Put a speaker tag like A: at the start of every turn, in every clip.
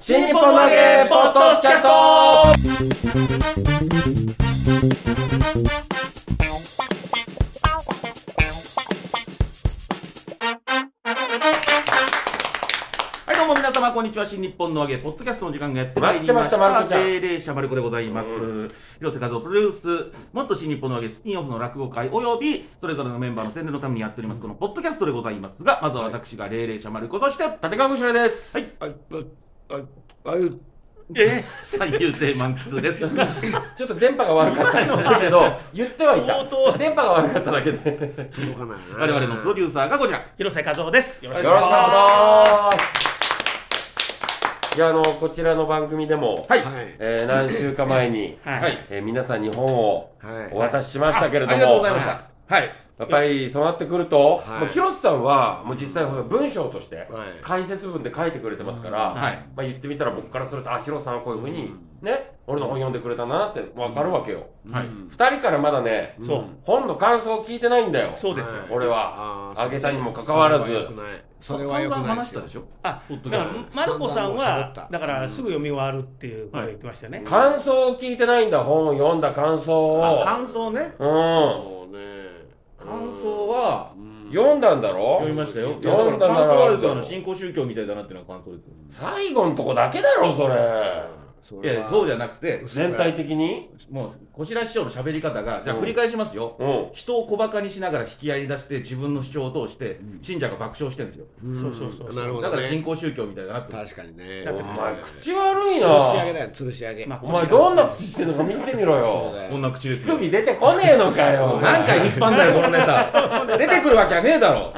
A: 新日本の芸ポッドキャストはいどうも皆様こんにちは新日本の揚げポッドキャストの時間がやってまいりました
B: 待ってましたまる子ちゃん
A: 定例者まる子でございます、広瀬和夫プロデュースもっと新日本の揚げスピンオフの落語会およびそれぞれのメンバーの宣伝のためにやっておりますこのポッドキャストでございますがまずは私が霊霊者まる子そして
B: 立川こしらです。
A: はい
C: あ、あ、あ、あいう、
A: え 最優亭満喫です
B: ちょっと電波が悪かったんだけど、 言ってはい
D: 相
B: た。
D: 当
B: 電波が悪かっただ けで。よろしく
C: 届かないな。
A: 我々のプロデューサーがこちら
D: 広瀬和夫です。よろ
B: お願いします。いや、あの、こちらの番組でも、
A: はい
C: はい。
B: えー何週か前に、
D: はい
B: えー皆さんに本を
C: はい
B: お渡ししましたけれど
A: ありがとうご
B: も、
A: ざいま
B: や
A: したはい
B: っぱりそうなってくると、
C: はい
B: もう広瀬さんは、もう実際文章として、
C: はい
B: 解説文で書いてくれてますから、
A: はい
B: まあ、言ってみたら僕からすると、あ、広瀬さんはこういうふうに、ね、俺の本読んでくれたなって分かるわけよ。
A: はい
C: うん
B: 二人からまだね、
D: そう
C: うん
B: 本の感想を聞いてないんだよ。
D: そうですよ。
B: 俺は
C: あー
B: あげたにもかかわらず、
C: それは良くない。
A: 話し
C: それ
A: たで
C: は良くない
A: しょ
D: あ、
A: ポッドキ
D: だ
A: ャ
D: か
A: ス
D: ら
A: ト
D: マルコさん
C: 散々もう喋った
D: はだからすぐ読み終わるっていうことを言ってましたよね。
B: 感想を聞いてないんだ、本を読んだ感想を。
A: あ感想ね
B: う
C: そうね。
A: 感想は
B: ん。読んだんだろ
A: 読みましたよいや
B: 読んだ
A: だか
B: な
A: らら感想はあるですよあの新興宗教みたいだなっていうのは感想ですよ
B: 最後のとこだけだろ、それ。
A: いやそうじ
C: ゃ
A: ゃなくて
C: 嘘
B: 全体的に。
A: もうこちら師匠の喋り方がじゃあ
B: うん
A: 繰り返しますよ
B: うん。
A: 人を小バカにしながら引き合いに出して自分の主張を通して信者が爆笑してるんですよ
D: そうそうそうそう
C: なるほ
A: だ
C: ど
A: から新
C: ね。
A: 興宗教みたいだなって
C: 確かにね。
D: だって
B: お前、口
C: 吊
B: 悪い
C: るし上
B: な。
C: げだよ、吊るし上げ。
D: まあ
B: お前、どんな口してんのか見せてみろ
C: そ
B: よ。
C: うだ
A: こん
C: よ。
A: な口で
B: 乳
A: すよ
B: 首出てこねえのかよ。
A: 何回引っ張んだよ、このネ タ。出てくるわけはねえだろ。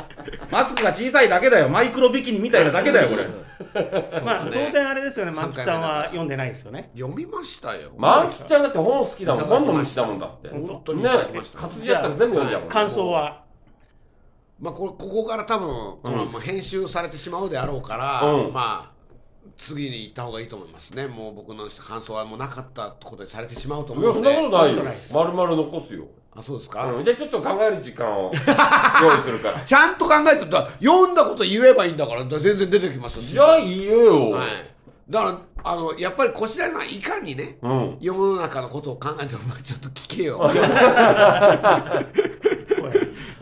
A: マスクが小さいだけだよ。マイクロビキニみたいなだけだよ、これ。
D: まあ
C: そうだね
D: 当然あれですよね。マルコさん
C: 三回目だか
D: は
C: ら
D: 読んでないですよね。
C: 読みましたよ。
B: マンキちゃんだって本好きだもん。
C: いただ
B: 本
C: き
B: の
C: ま
B: 虫
C: した
B: だもんだって。
D: 本
C: 本当にいただき
B: ね
C: まし、た
B: 活字やったら全部読んじゃうもん。
D: 感想は
C: まあこれここから多分これもう編集されてしまうであろうから、
B: うん
C: まあ次に行った方がいいと思いますね。もう僕の感想はもうなかったことにされてしまうと
B: いや、
C: 思
B: そ
C: うの
B: んな
C: で。
B: ことないよ
D: ないで。
B: まるまる残すよ。
C: あそうですか。
B: うんじゃあちょっと考える時間を 用意するから。
C: ちゃんと考えてた読んだこと言えばいいんだから全然出てきますよ。
B: じゃあ言えよ。
C: はい。だからあのやっぱりこちらがいかにね
B: うん。
C: 世の中のことを考えてお前ちょっと聞けよ。
D: こ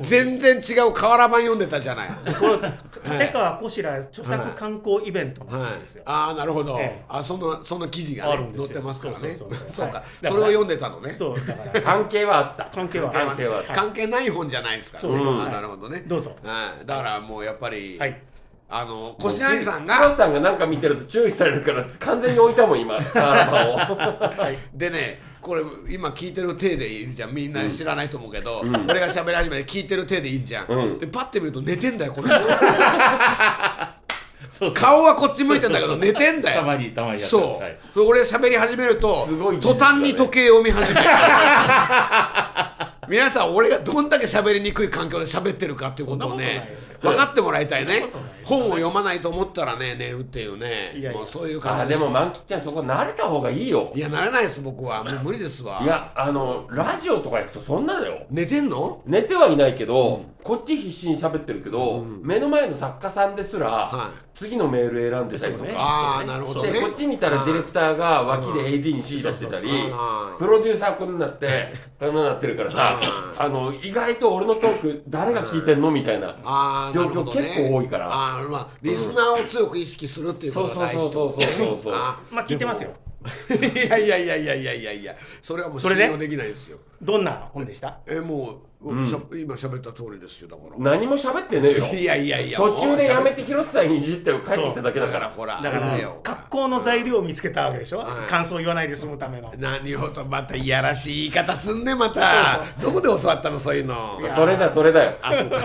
D: れ
C: 全然違う瓦版読んでたじゃない。
D: この立川こしら著作観光イベントの
C: は
D: 話
C: い
D: です、よ。
C: ああなるほど、
D: ええ
C: あそのその記事が、
D: あ
C: ね
D: るん、で
C: 載
D: すよ
C: ってますからね
D: そ
C: そう う
D: そうそうそう
C: か
D: はい
C: それを読んでたのね
D: そうだから
B: 関係はあった。
D: 関係は
B: 関係はあった。
C: 関係ない本じゃないですからね、
B: そうそう
C: あなるほどね
D: どうぞ
C: はい、だからもうやっぱり、
D: はい
C: あの越谷さん
B: 黒
C: が
B: 瀬さんがなんか見てると注意されるから完全に置いたもん今、タラ バを。
C: でねこれ今聞いてる体でいるじゃんみんな知らないと思うけど、
B: うん
C: 俺が喋り始めて聞いてる体でいいじゃん、
B: うん
C: でパッて見ると寝てんだよこの人
A: そうそう
C: 顔はこっち向いてんだけど寝てんだ
A: たま
C: よ
A: に、たまにやってます
C: そう、
A: はい
C: 俺喋り始めると、
B: すごい技
C: 途
B: 術だね
C: 端に時計を見始める 皆さん俺がどんだけ喋りにくい環境で喋ってるかっていうことをね分かってもらいたいね本を読まないと思ったらね寝るっていうね
D: いやいや
C: もうそういう感
B: あ、
C: じ
B: でもマンキちゃんそこ慣れた方がいいよ
C: い。やなれないです僕はもう無理ですわ
B: いや、あの、ラジオとか行くとそんなだよ。
C: 寝てんの
B: 寝てはいないけど、こっち必死に喋ってるけど、
C: うん
B: 目の前の作家さんですら、
C: はい
B: 次のメール選んでたりと
D: そうね
B: か、
C: ああなるほど
B: して
C: ね
B: こっち見たらディレクターが脇で AD に指示出してたり、プロデューサーこんなになってこんなになってるからさ
C: う
B: あの意外と俺のトーク誰が聞いてんのみたいな
C: あーなるほど
B: 状
C: ね
B: 況結構多いから
C: あーまあリスナーを強く意識するっていう
B: そ
C: こ
B: う
C: と
B: そう
C: が大
B: そ
C: 事
B: うそうそうそうそう
C: あ
D: まあ聞いてますよ。
C: ー いやいやいやいやいやいやいやそれはもう
D: そ
C: 信
D: れで
C: 用できないですよ
D: どんな本でした？
C: えもう、
B: うん
C: しゃ今喋った通りですよだか
B: 何も喋ってねえよ
C: ら いやいやいや
B: 途中でやめ
C: も
B: て広瀬さんにいじって帰ってきただ
C: う
B: けだ
C: だか
B: からら
C: ほら
D: だか
C: あ
D: ら
C: れよ
D: 格好の材料を見つけたわけでしょ
C: はい。
D: 感想を言わないで済むための。
C: 何をとまたいやらしい言い方すんねま たどこで教わったのそういうの
D: いや
B: それだそれだよ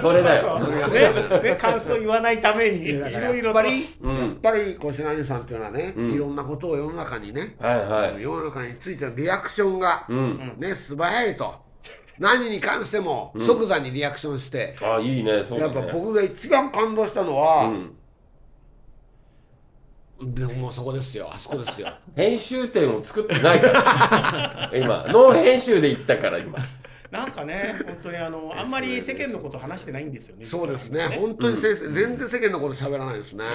B: それだよ
C: それが
D: ねね感想言わないためにい
C: いやだから
D: ろい
C: や
D: ろ
C: っ
D: と
C: ぱり、
B: うん
C: やっぱり小白谷さんっていうのはね、
B: うん
C: いろんなことを世の中にね、
B: はいはい
C: 世の中についてのリアクションが、
B: うん
C: ね素早いと何に関しても即座にリアクションして、
B: あいいねそう
C: や
B: だ
C: っぱ
B: ね
C: 僕が一番感動したのは、
B: うん
C: でももうそこですよあそこですよ
B: 編集点を作ってないから 今ノー編集で行ったから今
D: なんかね、本当にあの、あんまり世間のこと話してないんですよね。
C: そうですね本当にせ、全然世間のこと喋らないですね、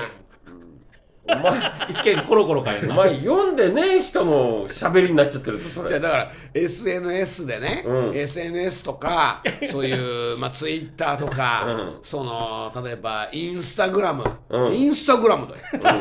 B: お前、
A: 一見コロコロ変える
B: お
A: な
B: 前読んでねえ人の喋りになっちゃってるぞ、そ
C: じゃあ
B: れ。
C: だから SNS でね、
B: うん
C: SNS とかそ ういう、まあ、Twitter とか、
B: うん
C: その例えばインスタグラム、
B: うん
C: インスタグラムだよ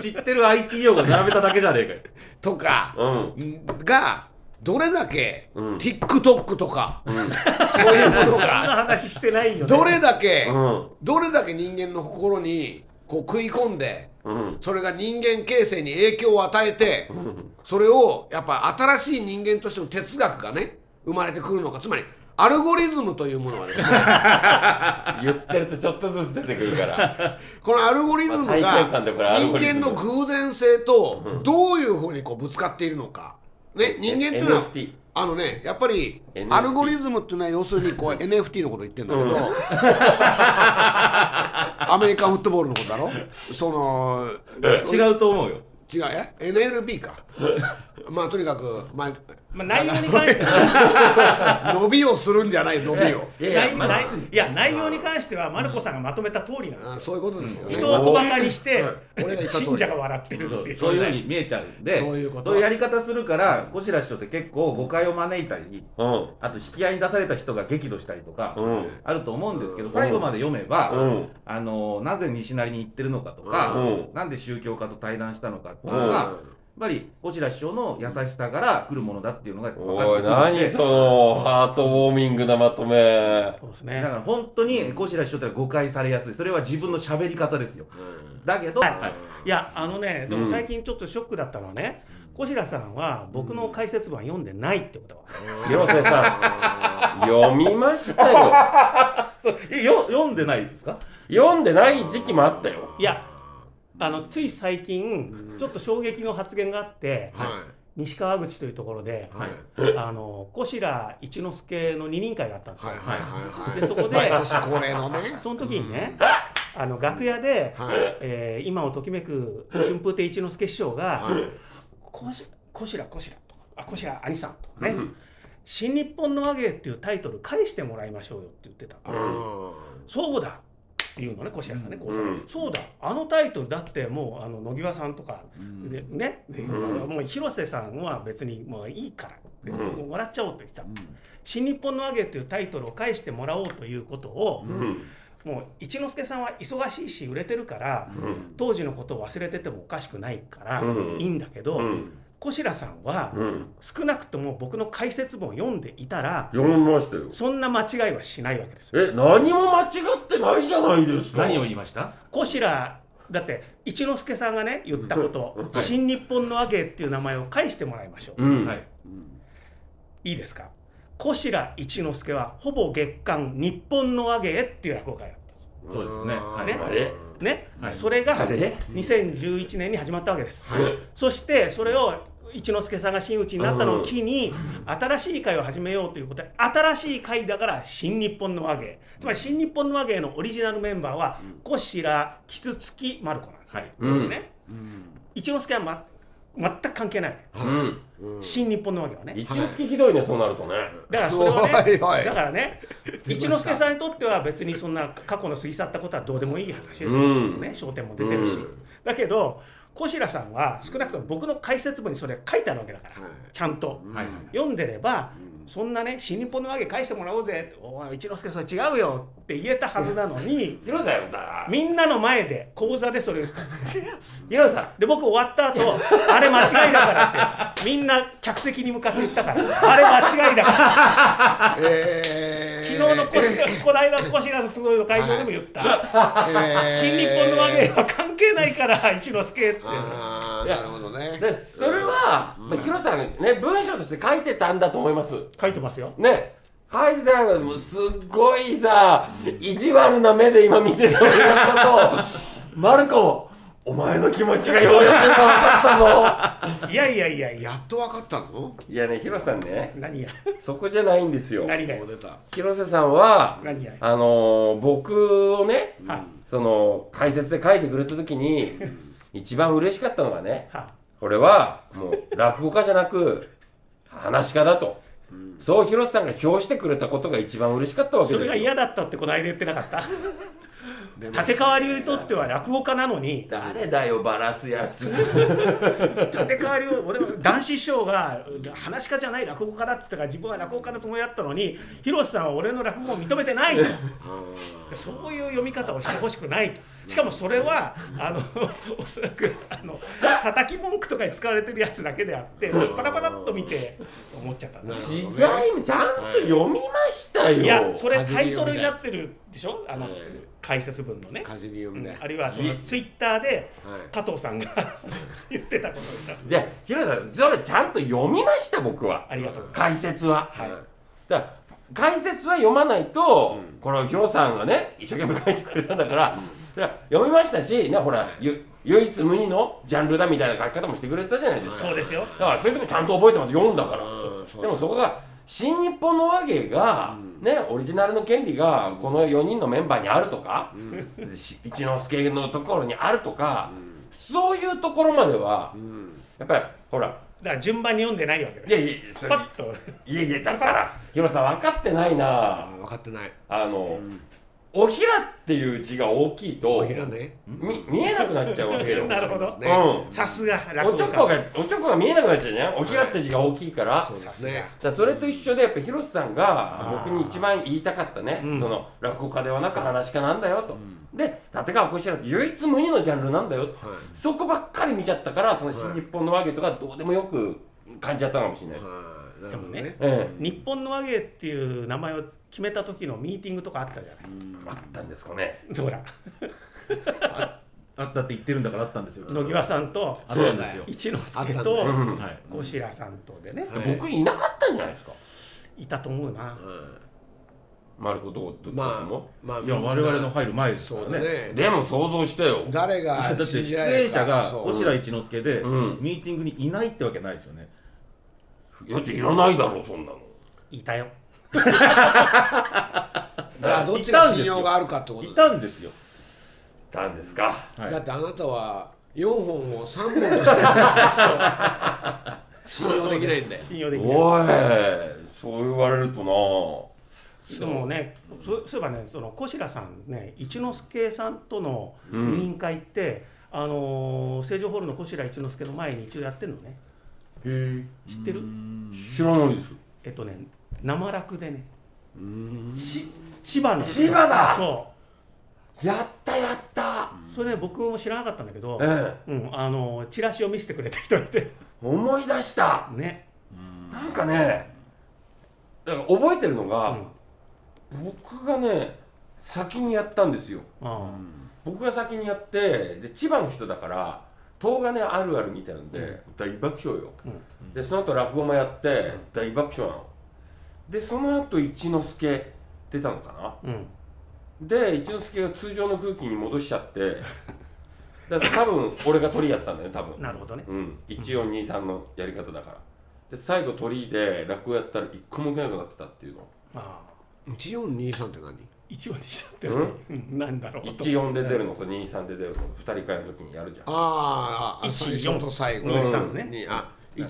A: 知ってる IT 用語並べただけじゃねえかよ
C: とか
B: うん。
C: がどれだけ、
B: うん
C: TikTok とか、
B: うん。
C: そういうもの
D: そ ん
C: が
D: な話してないよね。
C: どれだけ、
B: うん。
C: どれだけ人間の心にこう食い込んで
B: うん。
C: それが人間形成に影響を与えて
B: うん。
C: それをやっぱ新しい人間としての哲学がね生まれてくるのかつまりアルゴリズムというものはですね
B: 言ってるとちょっとずつ出てくるから。
C: このアルゴリズムが
B: まあ最先端だからアル
C: 人
B: ゴリズ
C: 間
B: ム
C: の偶然性と
B: ん
C: どういうふうにこうぶつかっているのか、ね、人間っていうのは
B: NFT。
C: あのねやっぱり
B: NFT
C: アルゴリズムっていうのは要するにこう NFT のこと言ってんだけど、
B: うん
C: アメリカンフットボールのことだろその
A: 違うと思うよ
C: 違うえ NLB かまあとにかく、まあ、
D: まあ、内容に関しては、
C: 伸びをするんじゃない伸びを
B: いやいや、
D: 内内
B: まだ
D: いや内容に関しては、マルコさんがまとめた通りなんです
C: あ
D: よ。
C: そういうことですよね、
D: 人は小バカにして
C: うん俺が言った通り
D: 信者が笑ってるっていう
A: そういうふうに見えちゃうんで
C: そういうこと
A: やり方するからゴジラ師匠って結構誤解を招いたり
B: うん。
A: あと引き合いに出された人が激怒したりとか
B: うん。
A: あると思うんですけど
C: うん
A: 最後まで読め
B: う
A: ば
B: ん。
A: あのなぜ西成に行ってるのかと
B: う
A: か
B: ん。
A: なんで宗教家と対談したのかっていう
C: う
A: の
C: ん
A: がやっぱりゴジラ師匠の優しさから来るものだっていうのが分かっ
B: お
A: てくる
B: い、
A: ん
B: 何
A: で
B: そのハートウォーミングなまとめ。
D: そうです
A: だ
D: ね
A: か。ら本当にゴジラ師匠ってのは誤解されやすいそれは自分の喋り方ですよだけど、
D: いやあのねで
B: う
D: も
B: ん
D: 最近ちょっとショックだったのはね、小白さんは僕の解説文は読んでないってことは、
B: 広瀬さん、読みましたよ。
A: えよ読んでないですか
B: 読んでない時期もあったよ。
D: いやあのつい最近
C: うん
D: ちょっと衝撃の発言があって、
C: は
D: 西川口というところで
C: い、はい
D: あの小白一之輔の二人会があったんですよ
C: はいはい、はいはい
D: でそこで
C: 毎年恒例のね
D: その時にね、あの楽屋で、
C: はい
D: えー今をときめく春風亭一之輔師匠が
C: はい
D: 「小白小白小白」とか「あ小白兄さん」とかね、
B: うん
D: 新日本の話芸」っていうタイトル返してもらいましょうよって言ってたの。
C: う
D: そうだっていうのね、こしらさんね、こうさん
B: うん
D: そうだ、あのタイトルだってもうあの野際さんとかでね、で
B: うん
D: もう広瀬さんは別にもういいから、で
B: うん
D: もうもらっちゃおうと言ってた、新日本の揚げというタイトルを返してもらおうということを
B: う、ん。
D: もう一之輔さんは忙しいし、売れてるから、
B: うん
D: 当時のことを忘れててもおかしくないから、
B: うん
D: いいんだけ
B: う
D: ど、
B: ん。
D: こしらさんは、
B: うん。
D: 少なくとも僕の解説本を読んでいたら、
B: 読みましたよ。
D: そんな間違いはしないわけですよ
B: え、何も間違ってないじゃないですか。
A: 何を言いました
D: こしらだって一之輔さんがね言ったこと
B: うん
D: 「新日本の和芸」っていう名前を返してもらいましょう、
B: うん。
A: はい
D: いいですかこしら一之輔はほぼ月刊「日本の和芸」っていう落語会だっ
A: そうですねはい
D: ね
B: あれ
D: たね、
A: はい
D: それ
B: あ
D: が
B: れ
D: 2011年に始まったわけです、
C: はい
D: そしてそれを一之輔さんが真打ちになったのを機に、
B: ん
D: 新しい会を始めようということで新しい会だから新日本の和芸つまり新日本の和芸のオリジナルメンバーはこしらキツツキマルコなんですよ、
A: はい
D: 当時ね、
C: うん
D: 一之輔は、ま、全く関係ない、
B: うん。
C: うん
D: 新日本のわけはね
B: 一之輔ひどいね、そうなるとね。
D: だからそれはね
C: おいおい
D: だからね
C: 出まし
D: 一
C: た
D: 之輔さんにとっては別にそんな過去の過ぎ去ったことはどうでもいい話ですよ、
B: うん
D: ね焦点も出てるし、
B: うん
D: だけど小白さんは少なくとも僕の解説文にそれ書いてあるわけだから、
C: はい
D: ちゃんと
A: はい
D: 読んでれば
C: うん
D: そんなね新日本のわけ返してもらおうぜっておい一之輔それ違うよって言えたはずなのに
B: 広瀬さんだから。
D: みんなの前で講座でそれを言った
B: 広瀬さん。
D: で僕終わった後あれ間違いだからってみんな客席に向かって言ったからあれ間違いだから
C: え
D: 昨
C: ー
D: 日のこしらこの間のしらの都合の会場でも言った
C: えー
D: 新日本の和芸は関係ないから一之輔って
C: あー
B: いや
C: なるほどね
B: で、それは、
C: うん
B: まあ、広瀬さんがね、文章として書いてたんだと思います。
D: 書いてますよ
B: ね。書いてたんだけど、もうすっごいさ、意地悪な目で今見てる俺の ことを、マルコ、お前の気持ちがようやく分かったぞ。
D: いやいやいやいや
C: やっとわかったの
B: いやね、広瀬さんね、
D: 何や
B: そこじゃないんですよ。
D: 何が
C: も
D: よ
C: う出た
B: 広瀬さんは、
D: 何や
B: あのー僕をね、
D: は
B: その解説で書いてくれた時に一番嬉しかったのがね
D: は
B: これはもう落語家じゃなく話し家だと
C: うん
B: そう広瀬さんが評してくれたことが一番嬉しかったわけ
D: そ
B: で
D: れ
B: す
D: が
B: よ
D: 嫌だったってこの間言ってなかった
C: 出ました
D: 立川流にとっては落語家なのに
B: 誰だよバラすやつ
D: 立川流俺は男子師匠が話し家じゃない落語家だって言ったから自分は落語家のつもりだったのに広瀬さんは俺の落語を認めてないとそういう読み方をしてほしくないとしかもそれはあの おそらくあの叩き文句とかに使われてるやつだけであってパラパラっと見て思っちゃったんです
B: 違いちゃんと読みましたよ
D: いやそれタイトルになってるでしょあの
C: はい
D: 解説文のね、
C: 風に読むね
D: うんあるいはそのツイッターで
C: はい
D: 加藤さんが 言ってたことでしょ
B: で広瀬さんそれちゃんと読みました僕は
D: ありがとうございま
B: 解説は
D: はい
B: だから解説は読まないと、
C: うん
B: このヒロさんがね一生懸命書いてくれたんだから、
C: うん
B: それは読みましたしねほらゆ唯一無二のジャンルだみたいな書き方もしてくれたじゃないですか、
D: すそうですよ
B: だからそういうことちゃんと覚えてます読んだから、
C: そうそう
B: でもそこが新日本の和芸が、
C: うん
B: ねオリジナルの権利がこの4人のメンバーにあるとか、
C: うん
B: し一之輔のところにあると
C: う
B: か、
C: ん
B: そういうところまでは
C: うん
B: やっぱりほら
D: だから順番に読んでないわけ
B: い
D: で
B: やいやいやそれ
D: パッと
B: いやいやだから広瀬さん分かってない
C: あ
B: な
C: 分かってない
B: あの、おひらっていう字が大きいと
C: おひらね
B: み見えなくなっちゃうわけ よ
D: なるほど
B: うん
D: さすが落
B: お
D: 語
B: ち
D: 家
B: ょこがおちょこが見えなくなっちゃうじゃんおひらって字が大きいから、
C: そうで
D: さ
C: す
D: すが
C: ね
B: じゃあそれと一緒でやっぱ広瀬さんが
D: あー
B: 僕に一番言いたかったね、
D: うん
B: その落語家ではなく話し家なんだよと、
C: うん
B: で立川こしらって唯一無二のジャンルなんだよと
C: は
B: そこばっかり見ちゃったからその
C: は
B: 新
C: い
B: 日本の和芸とかどうでもよく感じちゃったのかもしれないい、
C: はいなるほどね
B: え
D: 日本の和芸っていう名前を決めた時のミーティングとかあったじゃな
C: う
D: い
C: ん
B: え、あったんですかね
D: どうだ
A: ああったって言ってるんだからあったんですよ
D: 野際さんと
A: あったんですよ、
D: 一之輔
C: あったんだ
D: と
C: よ
B: うん
A: はい、
D: 小白さんとでね
C: はい
B: 僕いなかったんじゃないですか
D: いたと思うな
C: は
B: 丸子と
C: い
B: ど
C: ま
B: どこ
C: あまあ
A: いや我々の入る前ですか
C: そう
A: らね
C: だ
B: も
C: ね
B: でも想像してよ
C: 誰が
A: だって
C: 信じ
A: 出
C: られ
A: 演
C: るか
A: 者が
C: そう
A: 小白一之輔で、
B: うん
A: ミーティングにいないってわけないですよね
B: だっていらないだろそんなの
D: いたよ
C: だからどっちが信用があるかってこと
A: い
C: だ
A: たんですよ、
B: たんですか
A: はい、
C: だってあなたは4本を3本もしてる 信用できないんだよ
D: 信用できない
B: おいそう言われるとな
D: でもね、そうそういえばね、その小白さんね、一之輔さんとの
B: う
D: 委
B: ん
D: 員会って、あのー成城ホールの小白一之輔の前に一応やってるのね。
B: へえ
D: 知ってる？
B: 知らないです
D: えっとね、生楽でね、
C: うん
D: ち千葉の
B: 千葉だ
D: そ
B: やったやった
D: う。それね、僕も知らなかったんだけど、
B: ええ
D: うん、あのーチラシを見せてくれた人いて、
B: 思い出した
D: ね、
B: なんかねだから覚えてるの
D: う
B: が、
D: ん、
B: 僕がね先にやったんですよ
D: あ
B: 僕が先にやってで千葉の人だから東金あるあるみたいなんで、大爆笑よでその後落語もやって、大爆笑なのでその後一之輔出たのかな
D: ー、うん、
B: で一之輔が通常の空気に戻しちゃ ってだから多分俺が鳥やったんだよね多分
D: なるほどね。
B: うん1423のやり方だからで最後鳥で落語やったら一個も受けなくなってたっていうの
D: ああ、
C: 1423って何
D: 一応にさって、
B: う
D: うんん、なんだろうと。
B: 14で出るのと23で出るのと2人会の時にやるじゃん
C: あーあ
D: 一
C: 最初と最後
D: 野際さんのね。
C: にあ一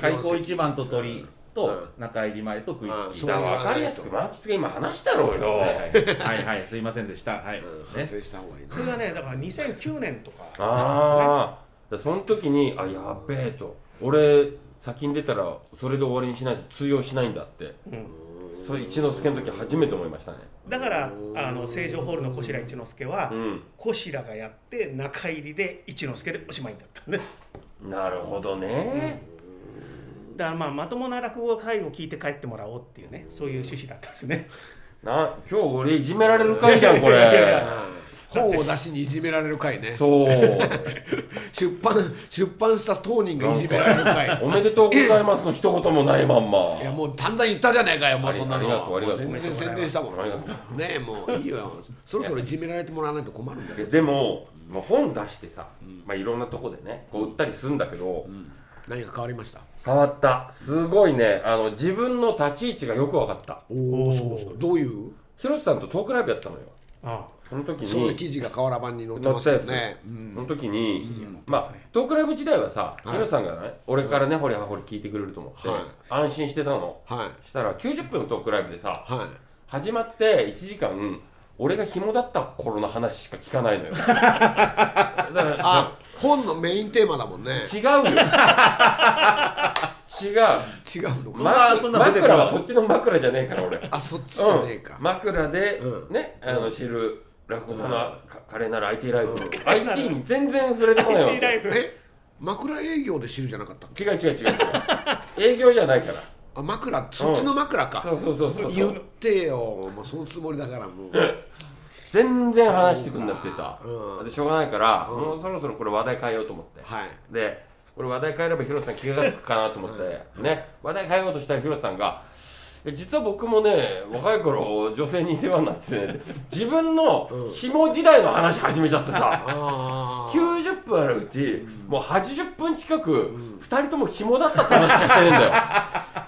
A: 開口一番と鳥と
C: う
A: 中入り前と食いつき
C: そう
B: だ
A: は
B: か
A: い
B: ら分かりやすく満喫が今話したろうよ
A: はいはいすいませんでしたはい、
C: うん
A: ね
C: 反省した方がいい
D: これが
C: な
D: ね、だから2009年とか。
B: ああその時にあやっべえと俺先に出たらそれで終わりにしないと通用しないんだって
D: うん
B: それ一之輔の時初めて思いましたね
D: だから
C: うん
D: あの成城ホールの小白一之輔は、
B: う
D: 小白がやって中入りで一之輔でおしまいだったんです
B: んなるほどね
D: だからまあまともな落語会を聞いて帰ってもらおうっていうねそういう趣旨だったんですね
B: な今日俺いじめられる会じゃんこ
D: いやいやい
B: れ
D: や
C: あー本を出しにいじめられる回ね
B: そう
C: 出版出版した当人がいじめられる回
B: おめで とうございますの一言もないまんま
C: いやもう散々言ったじゃないかよもうそんなの
B: ありがとうありがとう
C: もう全然宣伝したもん
B: あり
C: ね
B: がとう
C: えもういいよそろそろいじめられてもらわないと困るんだ
B: で
C: よ、
B: でももう本出してさ、
C: うん
B: まあ、いろんなとこでねこう売ったりするんだけど、
C: うん何が変わりました
B: 変わったすごいねあの自分の立ち位置がよく分かった
C: お
D: お
C: お
D: ー
C: そうですかどういう
B: 広瀬さんとトークライブやったのよ
D: あ
B: その時に
C: その記事が瓦版に載ってますよね、う
B: その
C: ん、
B: 時に、
D: ん
B: まあトークライブ時代はさ、
C: い
B: 広瀬さんがね俺からね、ほりはほり聞いてくれると思って、
C: はい
B: 安心してたの
C: はい
B: したら90分のトークライブでさ
C: はい
B: 始まって1時間俺が紐だった頃の話しか聞かない のよだから
C: あ本のメインテーマだもんね
B: 違うよ違う
C: 違うのか
A: まあそんな出てこない
B: 枕はそっちの枕じゃねえから俺
C: あそっちじゃねえか、
B: うん、枕で、
C: うん
B: ねあの知る落語家
C: うん
B: の華麗なる IT ライブ、
C: うん
B: IT に全然それてこないわ
D: IT ライ
B: け
D: ブ
C: え枕営業で知るじゃなかったっけ
B: 違う違う違う違う営業じゃないから
C: あ枕そっちの枕
B: そ
C: か、
B: うそうそうそう
C: 言ってよもうそのつもりだからもう
B: 全然話してくんなくてさ
C: そうかうん
B: でしょうがないから、
C: うん
B: もうそろそろこれ話題変えようと思って、
C: はい
B: でこれ話題変えれば広瀬さん気がつくかなと思って、ね話題変えようとしたら広瀬さんが「いや実は僕もね若い頃女性に世話になってて自分の紐時代の話始めちゃってさ、
C: ああ
B: 90分あるうち、もう80分近く、
C: ん
B: 二2人とも紐だったって話しかしてねえんだよ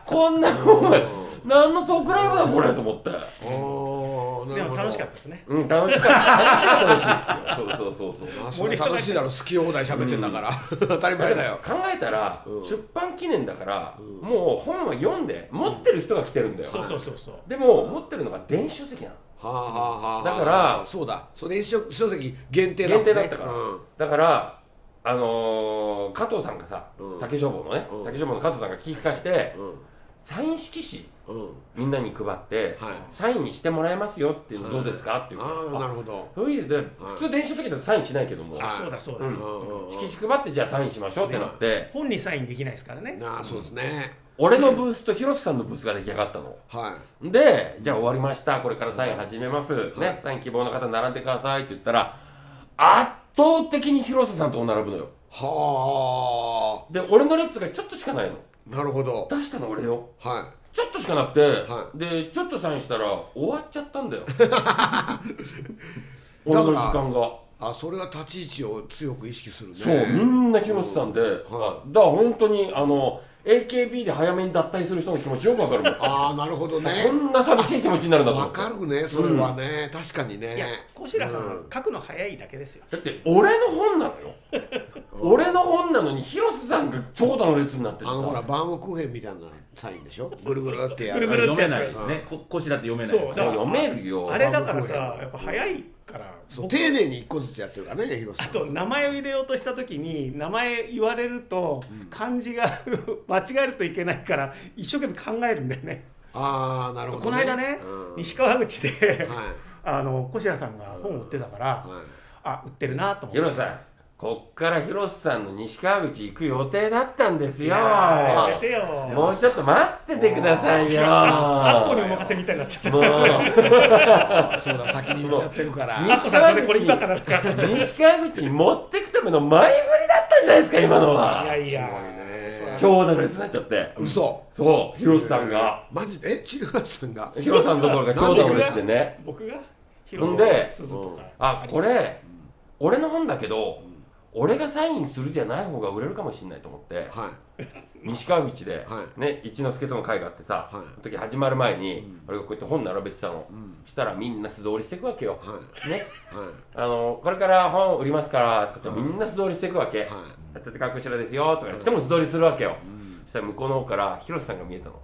B: こんなもん何のトークライブだこれと思って
C: おーな
D: で
C: るほ
D: も
C: ど
D: 楽しかったですね。
B: うん楽しかった楽しかったですよそうそうそうそう
C: あそれ楽しいだろ好き放題喋ってんだから、当たり前だよ
B: 考えたら、
C: うん
B: 出版記念だから、
C: うん
B: もう本は読んで持ってる人が来てるんだよ、
D: そうそうそうそう。
B: でも持ってるのが電子書籍なの
C: はあはあはあはあ
B: だから
C: そうだそれ書書籍限定だもんね
B: 限定だったから
C: うん
B: だからあのー加藤さんがさ、
C: うん
B: 竹書房のね、
C: うん
B: 竹書房の加藤さんが聞きかして、
C: うん
B: サイン色紙
C: うん
B: みんなに配って、
C: はい
B: サインにしてもらえますよっていうのどうですか、っていう
C: ああな
B: あ
C: るほど
B: そういう意味で普通電子書籍だとサインしないけども、
C: はい
D: そうだそう
B: う
D: だ。
B: ん
C: うんうんうん
B: 色紙配ってじゃあサインしましょうってなって、
D: 本にサインできないですからね。
C: なあそうですね
B: 俺のブースと広瀬さんのブースが出来上がったの。
C: は
B: で、じゃあ終わりました、これからサイン始めます、
C: はい
B: ね、サイン希望の方、並んでくださいって言ったら、圧倒的に広瀬さんと並ぶのよ。
C: いは
B: で、俺の列がちょっとしかないの。
C: あなるほど
B: 出したの俺よ。
C: は
B: ちょっとしかなくて、
C: は
B: で、ちょっとサインしたら終わっちゃったん だよ。
C: だから
B: 俺の時間が。
C: いあそれは立ち位置を強く意識するね
B: そう、みんな広瀬さんで、
C: は
B: あだから本当に、あの、AKB で早めに脱退する人の気持ちよくわかるもん。
C: ああなるほどね
B: こんな寂しい気持ちになるんだと思っ
C: わ
B: て。
C: かるねそれはね、確かにね
D: いや、小白さ
C: うん
D: ん、書くの早いだけですよ。
B: だって俺の本なのよ俺の本なのに広瀬さんが長蛇の列になってて
C: あ
B: さ
C: のほらバームクーヘンみたいなサインでしょぐるぐるってや
D: ぐる
C: る
D: ぐる
A: 読
D: って
A: め
D: やつ
A: ない
C: うん
A: ねここしらって読め
D: そ
A: な
D: う
A: い
D: だ
B: 読めるよ
D: あれだからさ、
C: うん
D: やっぱ早いから。
C: そう
D: 僕
C: 丁寧に一個ずつやってるからね広瀬
D: あ
C: さん
D: と名前を入れようとした時に名前言われると漢字が 間違えるといけないから一生懸命考えるんだよね。
C: ああなるほど、
D: この間ね
C: うん
D: 西川口で
C: はい
D: あの小白さんが本を売ってたから
C: はい
D: あ売ってるなと思って。
B: 広瀬さんこっから広瀬さんの西川口行く予定だったんです
D: い
B: よ
D: やー
C: ー
D: やめてよ。
B: もうちょっと待っててくださいよ
D: あっこにお任せみたいになっちゃった。
B: もう
C: あそうだ先に言っちゃってるから
B: もう
D: あっこさんそれこれ今からか。
B: 西川口に持ってくための前振りだったんじゃないですか今の
D: いや
B: はい
D: や。
C: すごいね
B: 長蛇の列になっちゃって
C: 嘘
B: そう広瀬さんが
C: マジでえ違うさんが
B: 広瀬さんのところが長蛇の列でね
D: 僕が
B: ほん
D: 広瀬
B: です
D: ずとか。
B: あこれ
C: ん
B: 俺の本だけど
C: ん
B: 俺がサインするじゃない方が売れるかもしれないと思って
C: はい
B: 西川口で
C: は
B: ね一之輔との会があってさ
C: はい
B: その時始まる前に
C: うん
B: 俺がこうやって本並べてたの
C: うん
B: そしたらみんな素通りしていくわけよ
C: は
B: ね
C: いはい
B: あのこれから本売りますからって言ってみんな素通りしていくわけ
C: は
B: やっててかこちらですよとか言っても素通りするわけよ
C: いうん
B: そしたら向こうの方から広瀬さんが見えたの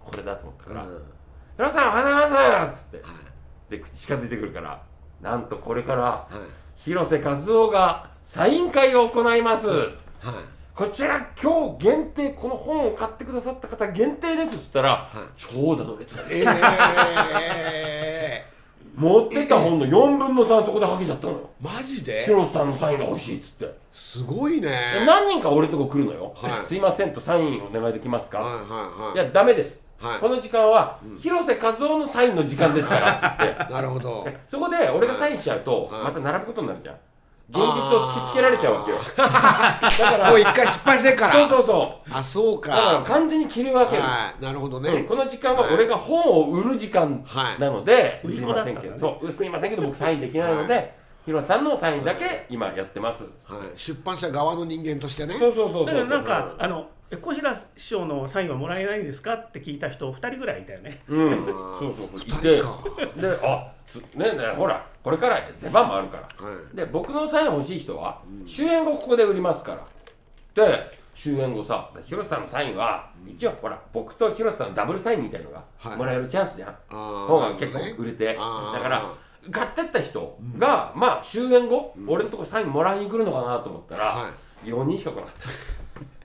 B: これだと思った
C: う
B: か
C: ん
B: ら
C: はい
B: 「広瀬さんおはようございます」っつって
C: は
B: で近づいてくるからなんとこれから
C: い
B: 広瀬和夫がサイン会を行います
C: はい
B: こちら今日限定この本を買ってくださった方限定ですっつったら
C: はい
B: 長蛇の列
C: ええ
B: 持ってた本の4分の3そこではけちゃったのよ
C: マジで
B: 広瀬さんのサインが欲しいっつって
C: すごいね
B: で何人か俺のとこ来るのよ、
C: はい
B: すいませんとサインお願いできますか、
C: はいはい
B: い
C: はい
B: やダメです、
C: はい
B: この時間は
C: うん
B: 広瀬和夫のサインの時間ですからって言って
C: なるほど
B: でそこで俺がサインしちゃうと
C: はい
B: また並ぶことになるじゃん現実を突きつけられちゃうわけよだから
C: もう一回失敗してっから
B: そうそうそう
C: あそう
B: だから
C: か
B: 完全に切り分ける、
C: はいなるほどね、
B: この時間は俺が本を売る時間
C: はい
B: なので、
D: はい
B: すいませんけ
D: 売り子だったんだね
B: ど、そうすいませんけど僕サインできないので、広瀬さんのサインだけ今やってます、
C: はい、出版社側の人間としてね
B: そうそうそう
D: だ
B: そ
D: か
B: う
C: そ
D: らなん
C: うそう
D: かあのえ小白師匠のサインはもらえないんですかって聞いた人二人ぐらいいたよね。
B: うん
C: あー
B: そうそうそうい
C: 二
B: て
C: 人か
B: であつねねほらこれから出番もあるから
C: はい
B: で僕のサイン欲しい人は、
C: うん
B: 終演後ここで売りますからで終演後さ広瀬さんのサインは、一応ほら僕と広瀬さんのダブルサインみたいのが
C: はい
B: もらえるチャンスじゃん、
C: あー
B: 本が
C: なる
B: 結
C: ほどね
B: 構売れて、
C: あー
B: だから買ってった人が、まあ終演後、俺のとこサインもらいに来るのかなと思ったら、
C: は
B: 4人しか来なかった、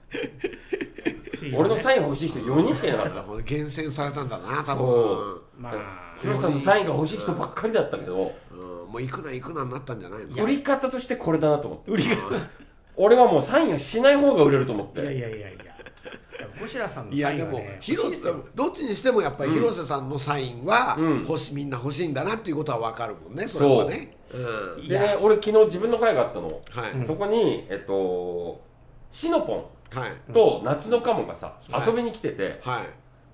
D: 不思議だね
B: 俺のサイン欲しい人4人しかいなかった
C: い。厳選されたんだな、多
B: そ
C: 分。
D: まあ
B: ヒロシさんのサインが欲しい人ばっかりだったけど、
C: うん、もう行くな行くなになったんじゃないの
B: 売り方としてこれだなと思って
D: 売りが
B: 俺はもうサインをしない方が売れると思っ
D: いやい
B: て
D: やいやいやゴシラさんの
C: いや
D: サイン
C: で
D: はね
C: も
D: 欲しい
C: 広
D: です
C: 瀬さ
D: よ
C: んどっちにしてもやっぱり広瀬さんのサインは
B: うん
C: 欲しみんな欲しいんだなっていうことは分かるもんねそれはね。うん
B: でね俺昨日自分の会があったの、
C: はい
D: うん
B: そこにえっとシノポ
C: はい
B: ンと夏のカモがさ、
C: はい
B: 遊びに来てて、
C: はい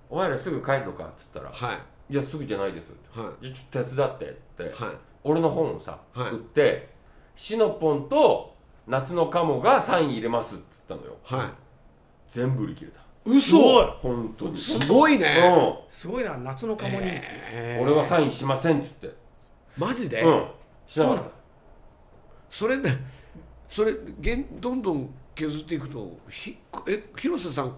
B: お前らすぐ帰るのかっつったら、
C: はい
B: い、やすぐじゃないです
C: はい
B: やちょっと手伝ってって、
C: はい
B: 俺の本をさ、
C: はい
B: 売ってシノポンと夏のカモがサイン入れますっつったのよ
C: はい。
B: 全部売り切れた
D: すごい
C: 嘘
B: 本当に
C: すごいね。
B: うん
D: すごいな夏のカモ人気
C: えー
B: 俺はサインしませんっつって、
C: マジで
B: うんしなかっ
C: それそれげんどんどん削っていくとひえ広瀬さんっ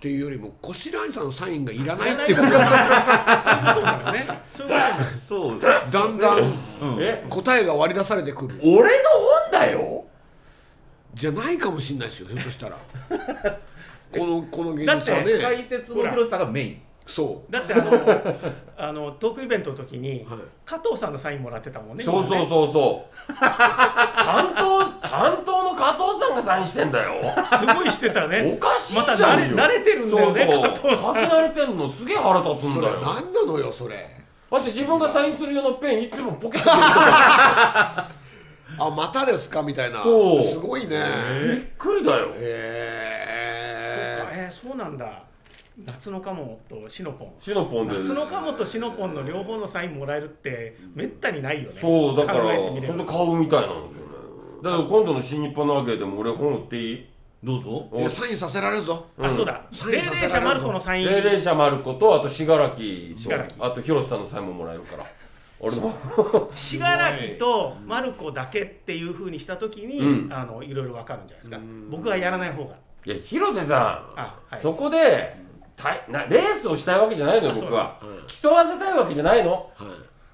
C: ていうよりも小白井さんのサインがいらないっていうことが
D: そういうことだよ ねそういうことだよね
A: そう、
C: だんだん
A: うん、
B: たえ
C: 答えが割り出されてくる
B: 俺の本だよ
C: じゃないかもしれないですよひょっとしたらこのこの現実は
D: だって
C: ね
A: 解説の広瀬さんがメイン
C: そ
D: だってあのあのトークイベントの時に
C: う、はい、
D: 加藤さんのサインもらってたもんね
B: そうそう
D: 今ね
B: そうそう担当担当の加藤さんがサインしてんだよ
D: すごいしてたね
B: おかしいじ
D: また
B: ゃん
D: 慣
B: よ
D: れ慣れてるんだよ
B: そう
D: ね
B: そう
D: 加藤さん
B: 書き慣れてんのすげえ腹立つ
C: そ
B: ん
C: れ
B: だ
C: は
B: よ
C: 何なのよそれ
B: だって自分がサインする用のペンいつもポケットに入
C: あまたですかみたいな
B: そう
C: すご いね
B: れてるびっくりだよ
D: そうか
C: え
D: えー、そうなんだ夏のカモとシノポン
B: シノポンで
D: 夏のカモとシノポンの両方のサインもらえるってめったにないよね
B: そうだから
D: 考えてみれ
B: ほんと
D: ば
B: 顔みたいなんだよねだから今度の新日本のアゲでも俺本売っていい
A: どうぞ
C: ーいやサインさせられるぞ
B: ん
D: あそうだ
C: サイン
D: 霊
C: させられるぞ
D: 霊者マルコのサイン
B: 霊霊者マルコとあと信楽
D: 信楽
B: とあと広瀬さんのサインももらえる から俺の
D: 信楽とマルコだけっていうふうにした時に、
B: うん
D: あのいろいろわかるんじゃないですか
C: うん
D: 僕はやらない方が
B: いや広瀬さん、
D: あはい
B: そこでたいなレースをしたいわけじゃないのよ僕は
C: あそうなの
B: 競
C: うん
B: わせたいわけじゃないの
C: はい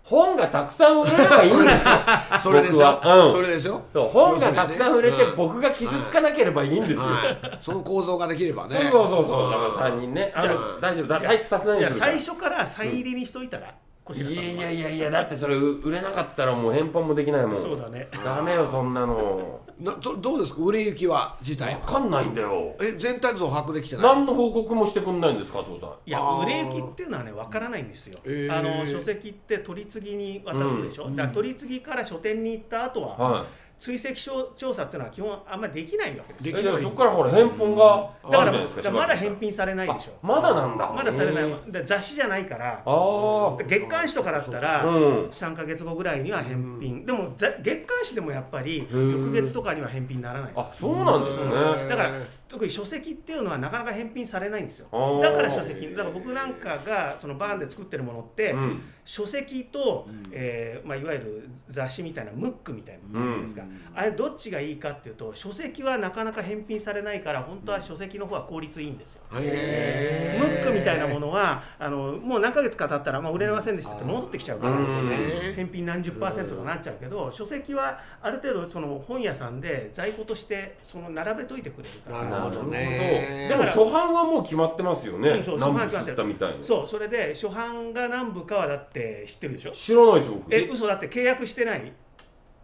B: 本がたくさん売れればいいんですよ
C: それでし
B: 僕はう
C: ょ
B: ん
C: それでしょ
B: そう本がたくさん売れて
C: うん
B: 僕が傷つかなければいいんですよ、
C: はいその構造ができればね
B: そうそうそうそうだから3人ねあ
D: じゃ
B: の大丈夫だ退屈させない
D: じ
B: よ
D: ゃ
B: う
D: あ
B: にするから
D: 最初からサイン入りにしといたら、小白さん
B: いや
D: は
B: やい
D: い
B: やいやだってそれう売れなかったらもう返本もできないもん
D: そうだね
B: ダメよそんなの
C: などどうですか売れ行きは自体
B: わ
C: は
B: かんないんだよ
C: え全体像把握できてない
B: 何の報告もしてくんないんです加藤さん
D: いや
C: あー
D: 売れ行きっていうのはねわからないんですよ、
C: えー
D: あの書籍って取り次ぎに渡すでしょ、
A: うん
D: だから取り次ぎから書店に行った後は、
B: は
D: 追跡調査っていうのは基本あんまりできないわけです
B: い
C: で
D: よ
C: きない
B: えじゃあそこからほら返本が
D: だか
B: あるじ
D: ら
B: ゃないです
D: だからまだ返品されないでしょ
B: あまだなんだ
D: まだされない
B: へ
D: だから雑誌じゃないから
B: ああ
D: 月刊誌とかだったら、
B: うん
D: 3か月後ぐらいには返品、でもざ月刊誌でもやっぱり
B: ー
D: 翌月とかには返品にならない
B: あそうなんですね
C: うん
D: だから特に書籍っていうのはなかなか返品されないんですよ
B: あー
D: だから書籍だから僕なんかがそのバーンで作ってるものって、
B: うん
D: 書籍と、
A: うん
D: えーまあ、いわゆる雑誌みたいなムックみたいなものですか、
A: うん
D: あれどっちがいいかっていうと書籍はなかなか返品されないから本当は書籍の方が効率いいんですよ。
C: へー
D: ムックみたいなものはあのもう何ヶ月か経ったら、まあ、売れませんでしたって戻ってきちゃうから、
C: なるほど
B: うん
C: ね
D: 返品何十パーセントとなっちゃうけど、書籍はある程度その本屋さんで在庫としてその並べといてくれるから
C: なるほど
B: な
C: ね
B: るほどでも初版はもう決まってますよね
D: うんそう初版
B: 何部刷ったみたいに
D: そうそれで初版が何部かはだって知ってるでしょ
B: 知らないです僕
D: え嘘だって契約してない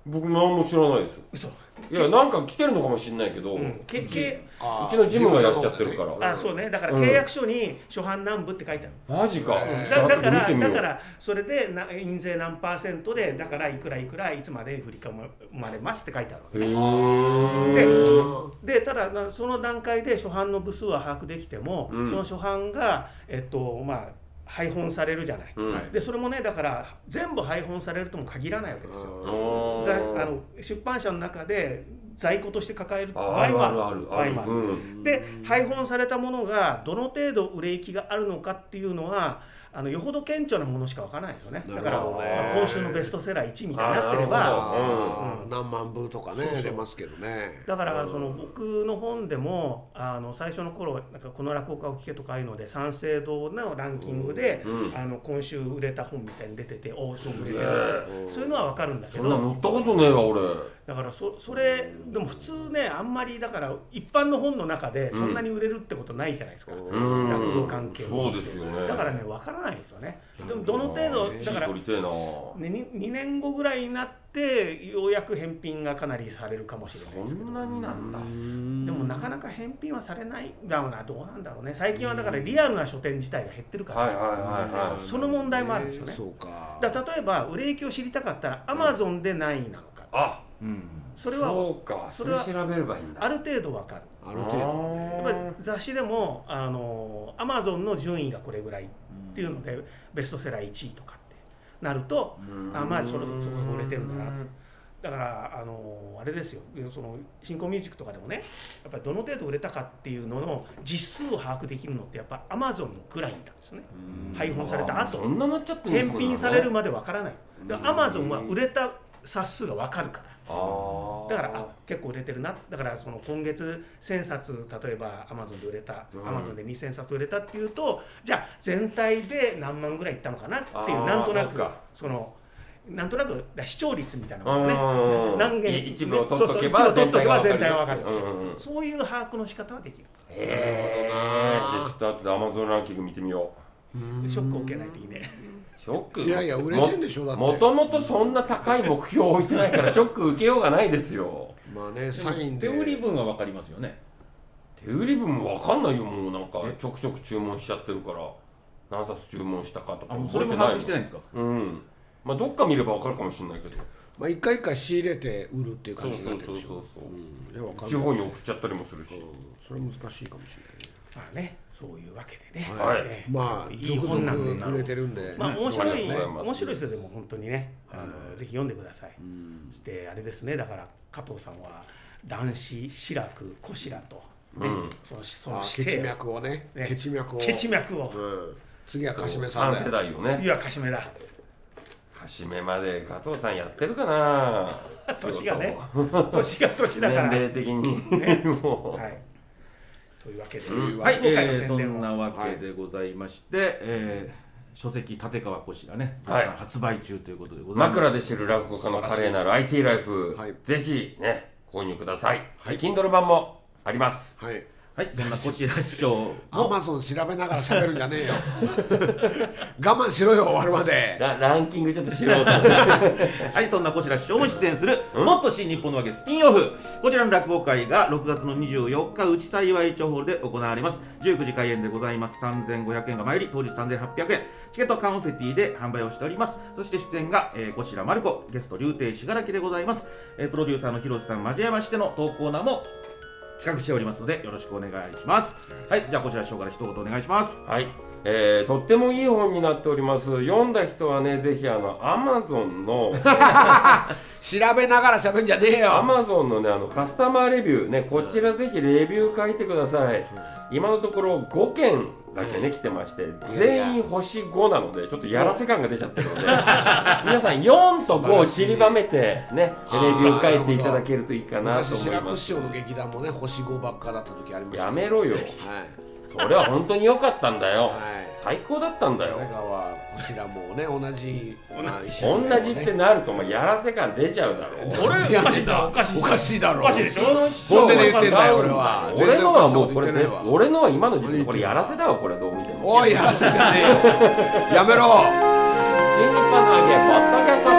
B: 僕何も知らないで
D: 嘘
B: すよいやなんか来てるのかもしれないけど
D: うん、けけ
C: あー
B: うちのジムがやっちゃってるから
D: あそうねだから
B: うん
D: 契約書に初版何部って書いてある、
B: マジか
C: へー
D: だ
B: ち
D: だか
B: ょっと
D: ら
B: 見てみよ
D: だ
B: う
D: からそれでな印税何パーセントでだからいくらいくらいつまで振り込まれますって書いてあるわけ
B: へ
C: へ
B: ー
C: ー
D: でただなその段階で初版の部数は把握できても、
B: うん
D: その初版がえっとまあ配本されるじゃない、
B: うん
A: はい
D: でそれもねだから全部配本されるとも限らないわけですよ
B: あー
D: ざあの出版社の中で在庫として抱える場
B: あ
D: 合
B: る
D: もあ
B: あ
D: る
B: るある
D: ワ
B: あ
D: イン
B: る
D: もある
B: うん
D: で配本されたものがどの程度売れ行きがあるのかっていうのはあのよほど顕著なものしかわからないですよねだか
C: なる
D: ら
C: ほどね
D: まあ今週のベストセラー1みたいになって
B: あーな
D: れ
B: る
D: ば
B: ほど
C: あー
D: うん
C: 何万部とかね
D: そうそう
C: 出ますけどね
D: だからその
C: うん
D: 僕の本でもあの最初の頃なんかこの落語家を聞けとかああいうので三省堂のランキングで
B: うん
D: あの今週売れた本みたいに出てておおそう売
B: す
D: れて
B: げ
D: る
B: え
C: ん
D: そういうのはわかるんだけ
B: そんな乗
D: ど
B: ったことねえわ俺
D: だからそそれでも普通ねあんまりだから一般の本の中でそんなに売れるってことないじゃないですか。
B: うん
D: 落語関係
B: そうですよね
D: だからね、わからないですよね。
C: な
D: で
C: る
D: も、
C: ほ
D: どの程
B: あー
D: 度、だから、
B: 一位取り
D: ね、
B: てえな
D: 2, 年後ぐらいになって、ようやく返品がかなりされるかもしれないですけ
B: そ
D: ど
B: ん。なになんだ
D: で
A: で
D: もなかなか返品はされないだろうな、どうなんだろうね、最近はだからリアルな書店自体が減ってるから、
B: はいはいはいは
D: その問題もあるんですよね
C: そうか
D: だから例えば売れ行きを知りたかったら、アマゾンで何位なのか、
B: あ
A: うん
D: それは
B: そうか
D: そ
B: そ
D: れ
B: れ
D: は
B: 調べればいいんだ
D: ある程度わかる、
C: ある程度
D: やっぱり雑誌でも、あのアマゾンの順位がこれぐらいっていうので、ベストセラー1位とかってなると、あまあそれそこそこ売れてるんだなだからあのあれですよその新興ミュージックとかでもねやっぱりどの程度売れたかっていうのの実数を把握できるのってやっぱアマゾンのぐらいなんですよね
A: うん
D: 配本された後
B: そんななっちゃってんの
D: 返品されるまでわからない
B: うん
D: アマゾンは売れた冊数がわかるから
B: あー
D: だからあ結構売れてるなだからその今月1000冊例えばアマゾンで売れた
B: うん
D: アマゾンで2000冊売れたっていうとじゃあ全体で何万ぐらいいったのかなって
B: あ
D: いう
B: ー
D: なんとな
B: そ
D: く
B: っか
D: そのなんとなく視聴率みたいなものね
B: うん
D: 何件
B: い一部を取っとけ
D: そうそ
B: ば
D: う一部を取っとけば
B: 全体
D: 全体が
B: が
D: わ
B: わ
D: か
B: かる
D: る
B: うんうんうん
D: そういう把握の仕方はできる。
B: へ
C: なるほ
B: ーじ
C: どな
B: ゃあちょっと後でアマゾンランキング見てみよ
C: うん
D: ショックを受けないといいね。
B: うショック
C: いやいや売れてんでしょだって
B: もともとそんな高い目標を置いてないから ショック受けようがないですよ
C: まあねサインで
A: 手売り分は分かりますよね
B: 手売り分もわかんないよもうなんか
A: え
B: ちょくちょく注文しちゃってるから何冊注文したかとか
A: あもうそ
B: 覚
A: れ
B: え
A: も把
B: てないの
A: 握してないんですか
B: うんまあどっか見ればわかるかもしれないけど
C: まあ一回一回仕入れて売るっていう感じになってるでし
B: そう
C: ょ
B: そうそうそう
C: うんいやわかんない
B: 地方に送っちゃったりもするし
C: うんそれは難しいかもしれ
D: まあね、そういうわけでね。
C: ないね、
B: はい
D: ね
C: まあ
D: いい
C: 続
D: 本なんで
C: 々売れてるんで、
D: まあ面白い、
B: ありがとうございます
D: 面白いですよでも本当にね、あのぜひ読んでください。
C: うん
D: そしてあれですね、だから加藤さんは男子志らく小志らと、
B: う
D: ね
B: ん
D: そのそ
C: あ
D: の
C: ケ
D: 姿
C: チ
D: 勢
C: 脈をね
D: ね
C: ケチ脈を
D: ケチ脈を、
C: うん、次はカシメさん
B: 3
C: だ
B: 世代
C: よ
B: よね
D: 次はカシメだ。
B: はしめまで加藤さんやってるかな
D: 年がね
B: 仕事を
D: 年が年だから。
B: 年齢的に、
D: ね
B: もう、
D: はい。というわけで、
C: うん
A: はい、
D: 今回の
A: えー、
D: 宣
A: そ
D: 伝
A: ん
D: を
A: なわけでございまして、えー書籍立川こしらね、
B: はい
A: 絶賛発売中ということでございます。
B: 枕で知る落語家の華麗なる IT ライフ、
C: はい
B: ぜひね購入ください、
C: はい
B: Kindle 版もあります
C: はい
A: はい、そんなこしら師匠
C: ア
A: も
C: マゾン調べながら喋るんじゃね えよ我慢しろよ終わるまで
B: ラランキングちょっと知ろうとは
A: はい、そんなこちら師匠も出演する、
B: うん
A: もっと新日本のわけスピンオフ。こちらの落語会が6月の24日、内幸町ホールで行われます。19時開演でございます。3500円が参り、当日3800円。チケットはカンフェティで販売をしております。そして出演が、えー、こちらまる子、ゲスト、竜亭しがらきでございます。えープロデューサーの広瀬さん交えましての投稿ーナーも企画しておりますので、よろしくお願いします。はい、じゃあこちら師匠から一言お願いします。
B: い、えー、とってもいい本になっております読んだ人はねぜひあの Amazon の
C: 調べながら喋るんじゃねえよ
B: Amazon のねあのカスタマーレビューねこちらぜひレビュー書いてください今のところ5件だけね来てまして全員星5なのでちょっとやらせ感が出ちゃってるの で皆さん4と5を散りばめてねレビュー書いていただけるといいかなと
C: 昔
B: 思い
C: 白く
B: ま
C: 師
B: す
C: 匠の劇団もね星5ばっかだった時ありました
B: やめろよ
C: はい
B: それは本当に良かったんだよ
C: はい
B: 最高だったんだよ
C: 神奈川こちらもね同じ同
B: 同じってなるとまあやらせ感出ちゃうだろう
D: これおかしいなおかしい
C: おかしいだろ
D: おかしいでしょ
C: 本音で言ってんだよ俺は全
B: 俺
C: 然
B: の
C: おか
B: は
C: しいこ
B: も
C: と
B: う
C: 言
B: こ
C: っ
B: れ
C: て
B: ね
C: ないわ
B: 俺のは今の自分これやらせだわこれどう見ても
C: おいやらせじゃねえよやめろ
B: 新日本の揚げポッドキャスト